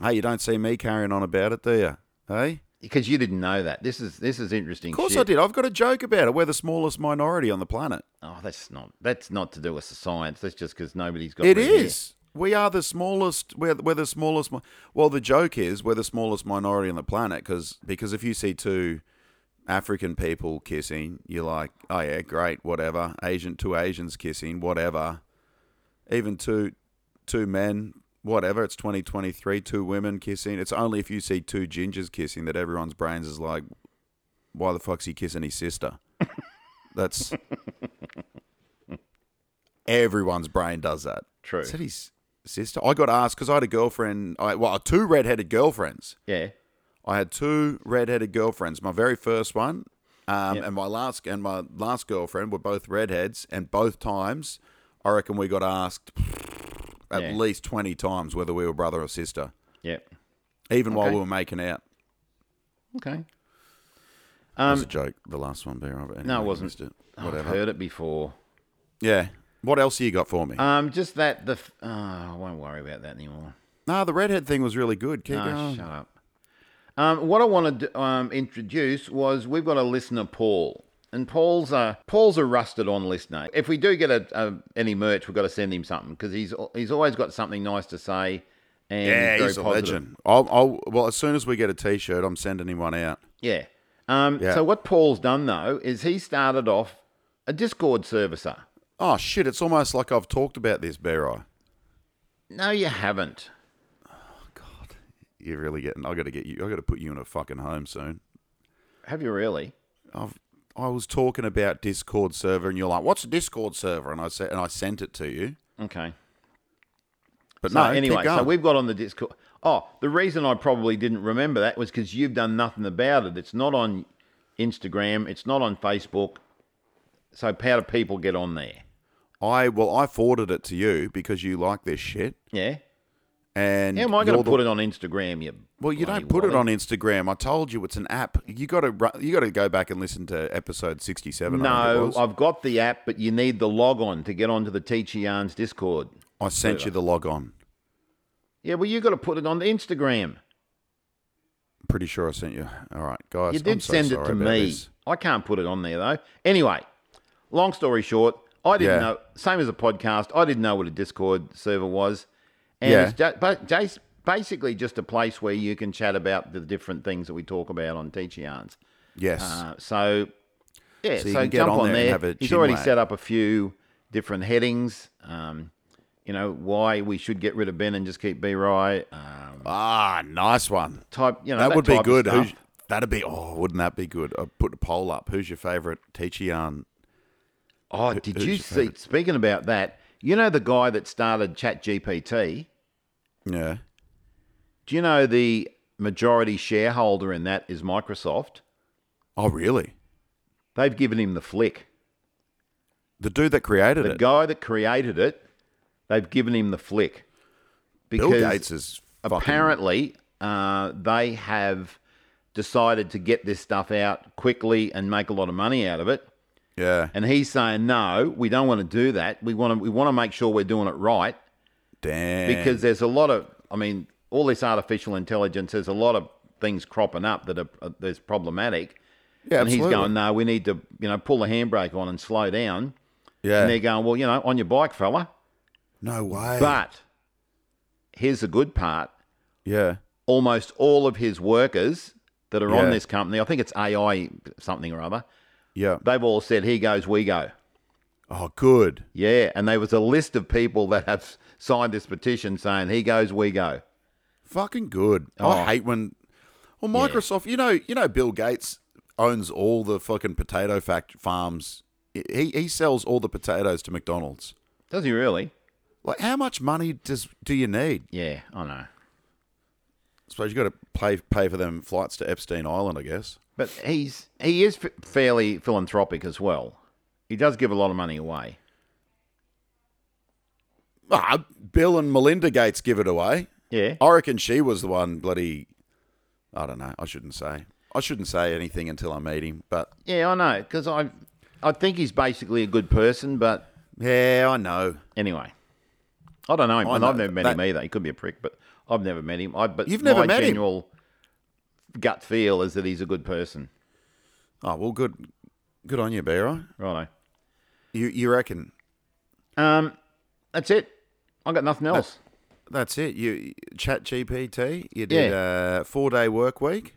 A: Hey, you don't see me carrying on about it, do you? Hey?
B: Because you didn't know that. This is this is interesting
A: Of course
B: shit.
A: I did. I've got a joke about it. We're the smallest minority on the planet.
B: Oh, that's not that's not to do with the science. That's just because nobody's got
A: It
B: red hair.
A: is. We are the smallest. We're, we're the smallest. mi- Well, the joke is we're the smallest minority on the planet because because if you see two African people kissing, you're like, oh yeah, great, whatever. Asian two Asians kissing, whatever. Even two two men, whatever. It's 2023. Two women kissing. It's only if you see two gingers kissing that everyone's brains is like, why the fuck's he kissing his sister? That's everyone's brain does that.
B: True.
A: Said his sister. I got asked because I had a girlfriend. I, well, two redheaded girlfriends.
B: Yeah.
A: I had two redheaded girlfriends. My very first one, um, and my last and my last girlfriend were both redheads, and both times, I reckon we got asked at
B: Yeah.
A: least twenty times whether we were brother or sister,
B: Yeah.
A: even while
B: Okay.
A: we were making out.
B: Okay.
A: it was a joke. The last one, there. Anyway,
B: Um, No, it
A: you
B: wasn't.
A: missed it.
B: Oh, I've
A: Whatever.
B: heard it before.
A: yeah. What else have you got for me?
B: Um, just that the f- oh, I won't worry about that anymore.
A: no, the redhead thing was really good. Keep
B: Oh,
A: going.
B: shut up. Um, what I wanted to um, introduce was we've got a listener, Paul, and Paul's a Paul's a rusted on listener. If we do get a, a any merch, we've got to send him something because he's al- he's always got something nice to say. And
A: Yeah,
B: very
A: he's a
B: positive.
A: legend. I'll, I'll, well, as soon as we get a T-shirt, I'm sending him one out.
B: Yeah. Um,
A: Yeah.
B: So what Paul's done though is he started off a Discord servicer.
A: Oh shit! It's almost like I've talked about this, Bear Eye.
B: No, you haven't.
A: God, you're really getting. I got to get you. I got to put you in a fucking home soon.
B: Have you really?
A: I've I was talking about Discord server, and you're like, "What's a Discord server?" And I said, and I sent it to you.
B: Okay.
A: But
B: So
A: no,
B: anyway,
A: keep going.
B: so we've got on the Discord. Oh, the reason I probably didn't remember that was because you've done nothing about it. It's not on Instagram. It's not on Facebook. So how do people get on there?
A: I well, I forwarded it to you because you like this shit,
B: Yeah.
A: and
B: How am I going
A: you're
B: to
A: the-
B: put it on Instagram? You
A: Well, you
B: bloody
A: don't put it
B: wally?
A: on Instagram. I told you it's an app. You got to you got to go back and listen to episode sixty-seven. I, think it
B: No,
A: was.
B: I've got the app, but you need the log on to get onto the Teacher Yarns Discord.
A: I sent you the log on.
B: Yeah, well, you got to put it on the Instagram.
A: Pretty sure I sent you. All right, guys.
B: You did
A: I'm so
B: send it
A: sorry
B: to
A: about
B: me.
A: this.
B: I can't put it on there though. Anyway, long story short, I
A: Yeah.
B: didn't know. Same as a podcast, I didn't know what a Discord server was, and
A: Yeah.
B: it's ju- but jas- basically just a place where you can chat about the different things that we talk about on Teacher Yarns.
A: Yes.
B: Uh, so yeah,
A: So
B: so,
A: you can get
B: jump
A: on
B: on,
A: there
B: there.
A: and have a
B: He's
A: chin
B: already
A: wag.
B: set up a few different headings. Um, you know why we should get rid of Ben and just keep B Rye. Um,
A: ah, nice one.
B: type you know
A: that, would be
B: type of
A: good.
B: stuff.
A: Who's, that'd be. Oh, wouldn't that be good? I put a poll up. Who's your favourite teacher yarn?
B: Oh, did
A: who's
B: you
A: your
B: see?
A: favourite?
B: Speaking about that, you know the guy that started ChatGPT.
A: Yeah.
B: Do you know the majority shareholder in that is Microsoft?
A: Oh, really?
B: They've given him the flick.
A: The dude that created
B: The
A: it.
B: guy that created it, they've given him the flick
A: Bill Gates is fucking-
B: apparently uh, they have decided to get this stuff out quickly and make a lot of money out of it.
A: Yeah.
B: And he's saying, no, we don't want to do that. We want to we want to make sure we're doing it right.
A: Damn.
B: because there's a lot of i mean all this artificial intelligence there's a lot of things cropping up that are uh, that's problematic
A: yeah,
B: and
A: absolutely.
B: he's going no we need to you know pull the handbrake on and slow down
A: Yeah.
B: and they're going well you know on your bike fella
A: no way.
B: but here's the good part
A: yeah.
B: almost all of his workers that are on
A: Yeah.
B: this company i think it's ai something or other
A: Yeah.
B: they've all said he goes we go
A: Oh, good.
B: yeah and there was a list of people that have signed this petition saying he goes we go
A: Fucking good.
B: Oh.
A: I hate when. Well, Microsoft. You know. You know. Bill Gates owns all the fucking potato fact farms. He he sells all the potatoes to McDonald's.
B: does he really
A: Like, how much money does do you need?
B: yeah i know
A: suppose you got to pay pay for them flights to Epstein Island, I guess.
B: But he's he is f- fairly philanthropic as well. He does give a lot of money away.
A: Ah, Bill and Melinda Gates give it away.
B: Yeah.
A: I reckon she was the one bloody. I don't know. I shouldn't say. I shouldn't say anything until I meet him. But
B: Yeah, I know because I I think he's basically a good person, but
A: yeah, I know.
B: anyway, I don't know him,
A: I
B: and
A: know
B: I've never met
A: that-
B: him either. He could be a prick, but I've never met him. I but
A: You've never
B: my
A: met him?
B: general gut feel is that he's a good person.
A: Oh well, good. Good on you, Bera.
B: Righto.
A: You you reckon
B: Um, that's it. I got nothing else.
A: that's it? You Chat GPT. You did a four day work week.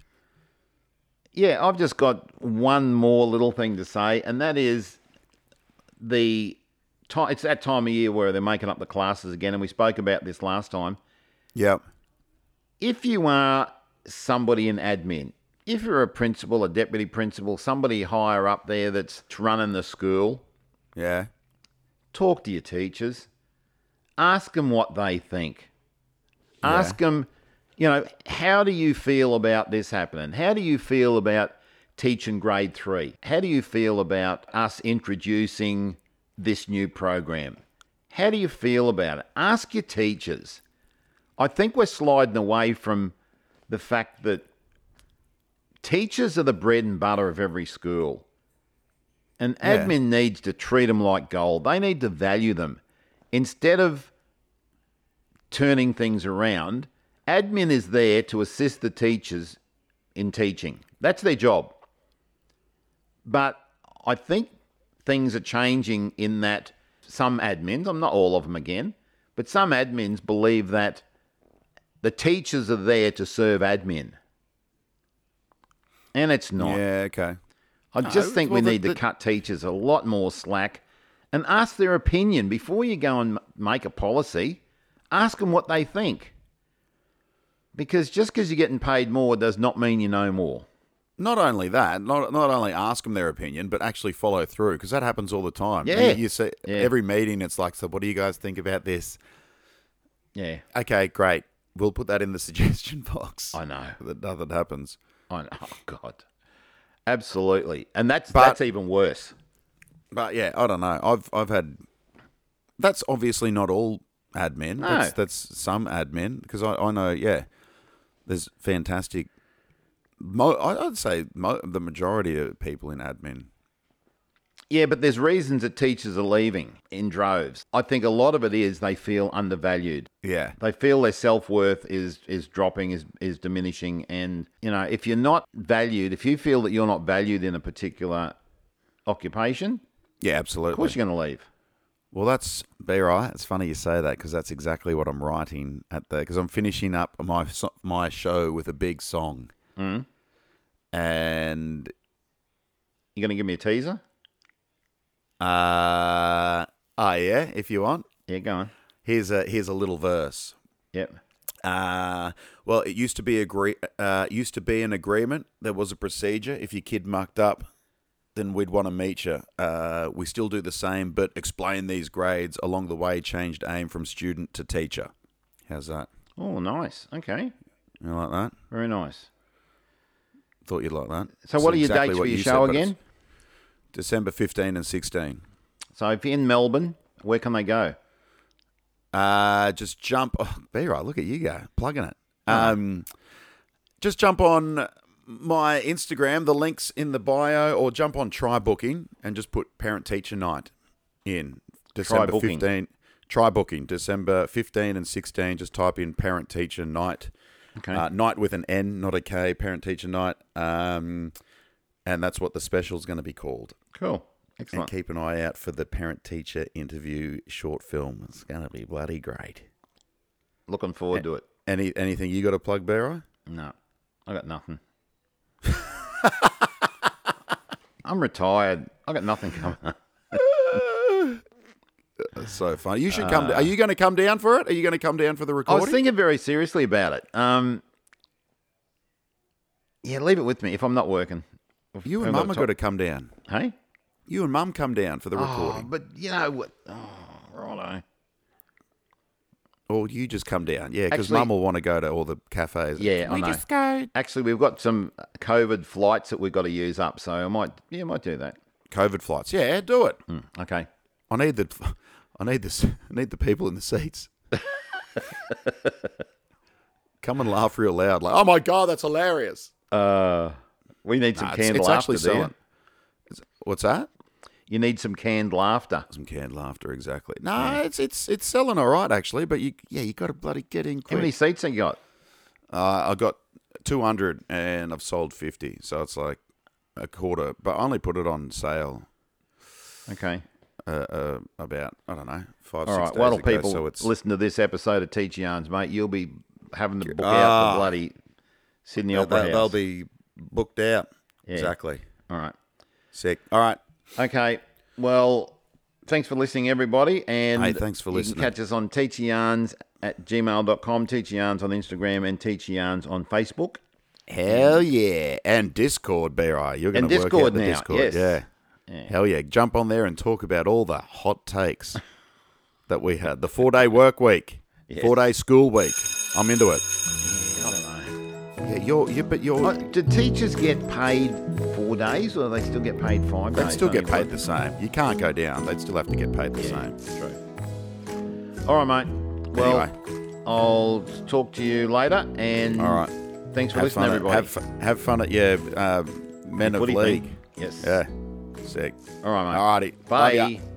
B: Yeah, I've just got one more little thing to say, and that is the time. It's that time of year where they're making up the classes again, and we spoke about this last time.
A: Yep.
B: If you are somebody in admin, if you're a principal, a deputy principal, somebody higher up there that's running the school,
A: Yeah.
B: talk to your teachers, ask them what they think. Ask them, you know, how do you feel about this happening? How do you feel about teaching grade three? How do you feel about us introducing this new program? How do you feel about it? Ask your teachers. I think we're sliding away from the fact that teachers are the bread and butter of every school. And
A: Yeah.
B: admin needs to treat them like gold. They need to value them. Instead of turning things around, admin is there to assist the teachers in teaching. That's their job. But I think things are changing in that some admins, I'm not all of them again, but some admins believe that the teachers are there to serve admin. And it's not.
A: Yeah. Okay.
B: I just think
A: well,
B: we
A: the-
B: need
A: the-
B: to cut teachers a lot more slack and ask their opinion before you go and m- make a policy. Ask them what they think. Because just because you're getting paid more does not mean you know more.
A: Not only that, not not only ask them their opinion, but actually follow through because that happens all the time.
B: Yeah.
A: you, you see
B: Yeah.
A: every meeting. It's like, so what do you guys think about this?
B: Yeah,
A: Okay, great. We'll put that in the suggestion box.
B: I know.
A: That nothing happens.
B: I know. Oh God, absolutely. And that's
A: But-
B: that's even worse.
A: But yeah, I don't know. I've I've had. That's obviously not all admin.
B: No.
A: That's, that's some admin because I, I know. Yeah, there's fantastic. Mo- I- I'd say mo- the majority of people in admin.
B: Yeah, but there's reasons that teachers are leaving in droves. I think a lot of it is they feel undervalued.
A: Yeah,
B: They feel their self worth is is dropping, is is diminishing, and you know if you're not valued, if you feel that you're not valued in a particular occupation,
A: yeah,
B: of course
A: absolutely.
B: you're going to leave.
A: Well, that's be right. It's funny you say that because that's exactly what I'm writing at the because I'm finishing up my so- my show with a big song,
B: Mm.
A: and
B: You're going to give me a teaser?
A: uh, oh yeah, if you want,
B: Yeah, go on.
A: here's a here's a little verse.
B: Yep.
A: Uh, well, it used to be agree. Uh, used to be an agreement. There was a procedure. If your kid mucked up, then we'd want to meet you. Uh, we still do the same, but explain these grades along the way. Changed aim from student to teacher. How's that?
B: Oh, nice. Okay,
A: You like that?
B: very nice.
A: Thought you'd like that.
B: So, what
A: It's
B: are your
A: exactly
B: dates for
A: what
B: your
A: you
B: show
A: said, but
B: again?
A: it's December fifteen and sixteen.
B: So, if you're in Melbourne, where can they go?
A: Uh, just jump. Oh, be right. Look at you go plugging it.
B: Uh-huh.
A: Um, just jump on my Instagram. The links in the bio, or jump on Try Booking and just put Parent Teacher Night in December
B: Booking.
A: fifteen. Try Booking December fifteen and sixteen. Just type in Parent Teacher Night.
B: Okay.
A: Uh, night with an N, not a K. Parent Teacher Night. Um, and that's what the special's going to be called.
B: Cool.
A: And
B: Excellent.
A: keep an eye out for the parent teacher interview short film. It's going to be bloody great.
B: Looking forward to it.
A: Any anything you got to plug, Bearer?
B: No, I got nothing. I'm retired. I got nothing coming up.
A: That's so fun. You should come. to- are you going to come down for it? Are you going to come down for the
B: Uh, I
A: recording?
B: was thinking very seriously about it. Um, yeah, leave it with me if I'm not working. If
A: you and
B: I've
A: Mum have
B: got
A: got to come down.
B: to- Hey?
A: You and Mum come down for the
B: Oh,
A: recording,
B: but you know what? Oh, righto.
A: or you just come down. Yeah, because
B: Actually-
A: Mum will want to go to all the cafes.
B: Yeah, I
A: we
B: know.
A: just go
B: Actually, we've got some uh, COVID flights that we've got to use up, so I might, yeah, I might do that.
A: COVID flights. Yeah, do it.
B: Mm, okay.
A: I need the, I need this. I need the people in the seats. come and laugh real loud, like, oh my god, that's hilarious.
B: Uh, we need some
A: Nah,
B: canned laughter. there.
A: selling. It's- What's that?
B: You need some canned laughter.
A: Some canned laughter, exactly. No, it's it's it's selling all right actually, but you yeah, you got to bloody get in
B: How
A: quick.
B: many seats have you got?
A: uh, I got two hundred and I've sold fifty, so it's like a quarter. But I only put it on sale
B: Okay.
A: uh, uh, about I don't know five
B: All
A: six
B: right.
A: days
B: What'll
A: ago.
B: people
A: so it's
B: listen to this episode of Teach Yarns, mate? You'll be having to book out
A: Ah.
B: the bloody Sydney
A: they,
B: Opera House.
A: will be booked out
B: Yeah.
A: exactly.
B: All right.
A: Sick. All right.
B: Okay. Well, thanks for listening, everybody. And
A: Hey, thanks for
B: You
A: listening.
B: can catch us on Teach Yarns at gmail.com, Teach Yarns on Instagram, and Teach Yarns on Facebook.
A: Hell yeah. And Discord, BRI. You're going to work out
B: Discord
A: the
B: now,
A: Discord.
B: yes.
A: Yeah. Hell yeah. Jump on there and talk about all the hot takes that we had. The four day work week, four day school week. I'm into it.
B: I don't know.
A: Yeah, you're, you but you're,
B: Uh, Do teachers get paid four days or do they still get paid five
A: they'd
B: days?
A: still
B: I
A: get
B: mean,
A: paid the same. You can't go down. They'd still have to get paid the same.
B: True. All right, mate. Well, I'll talk to you later. And
A: All right.
B: thanks for
A: Have
B: listening,
A: fun, at,
B: everybody.
A: have, f- have fun at your uh, men of
B: Footy
A: league.
B: thing. Yes.
A: Yeah. Sick.
B: All right, mate.
A: All righty.
B: Bye.
A: Love ya.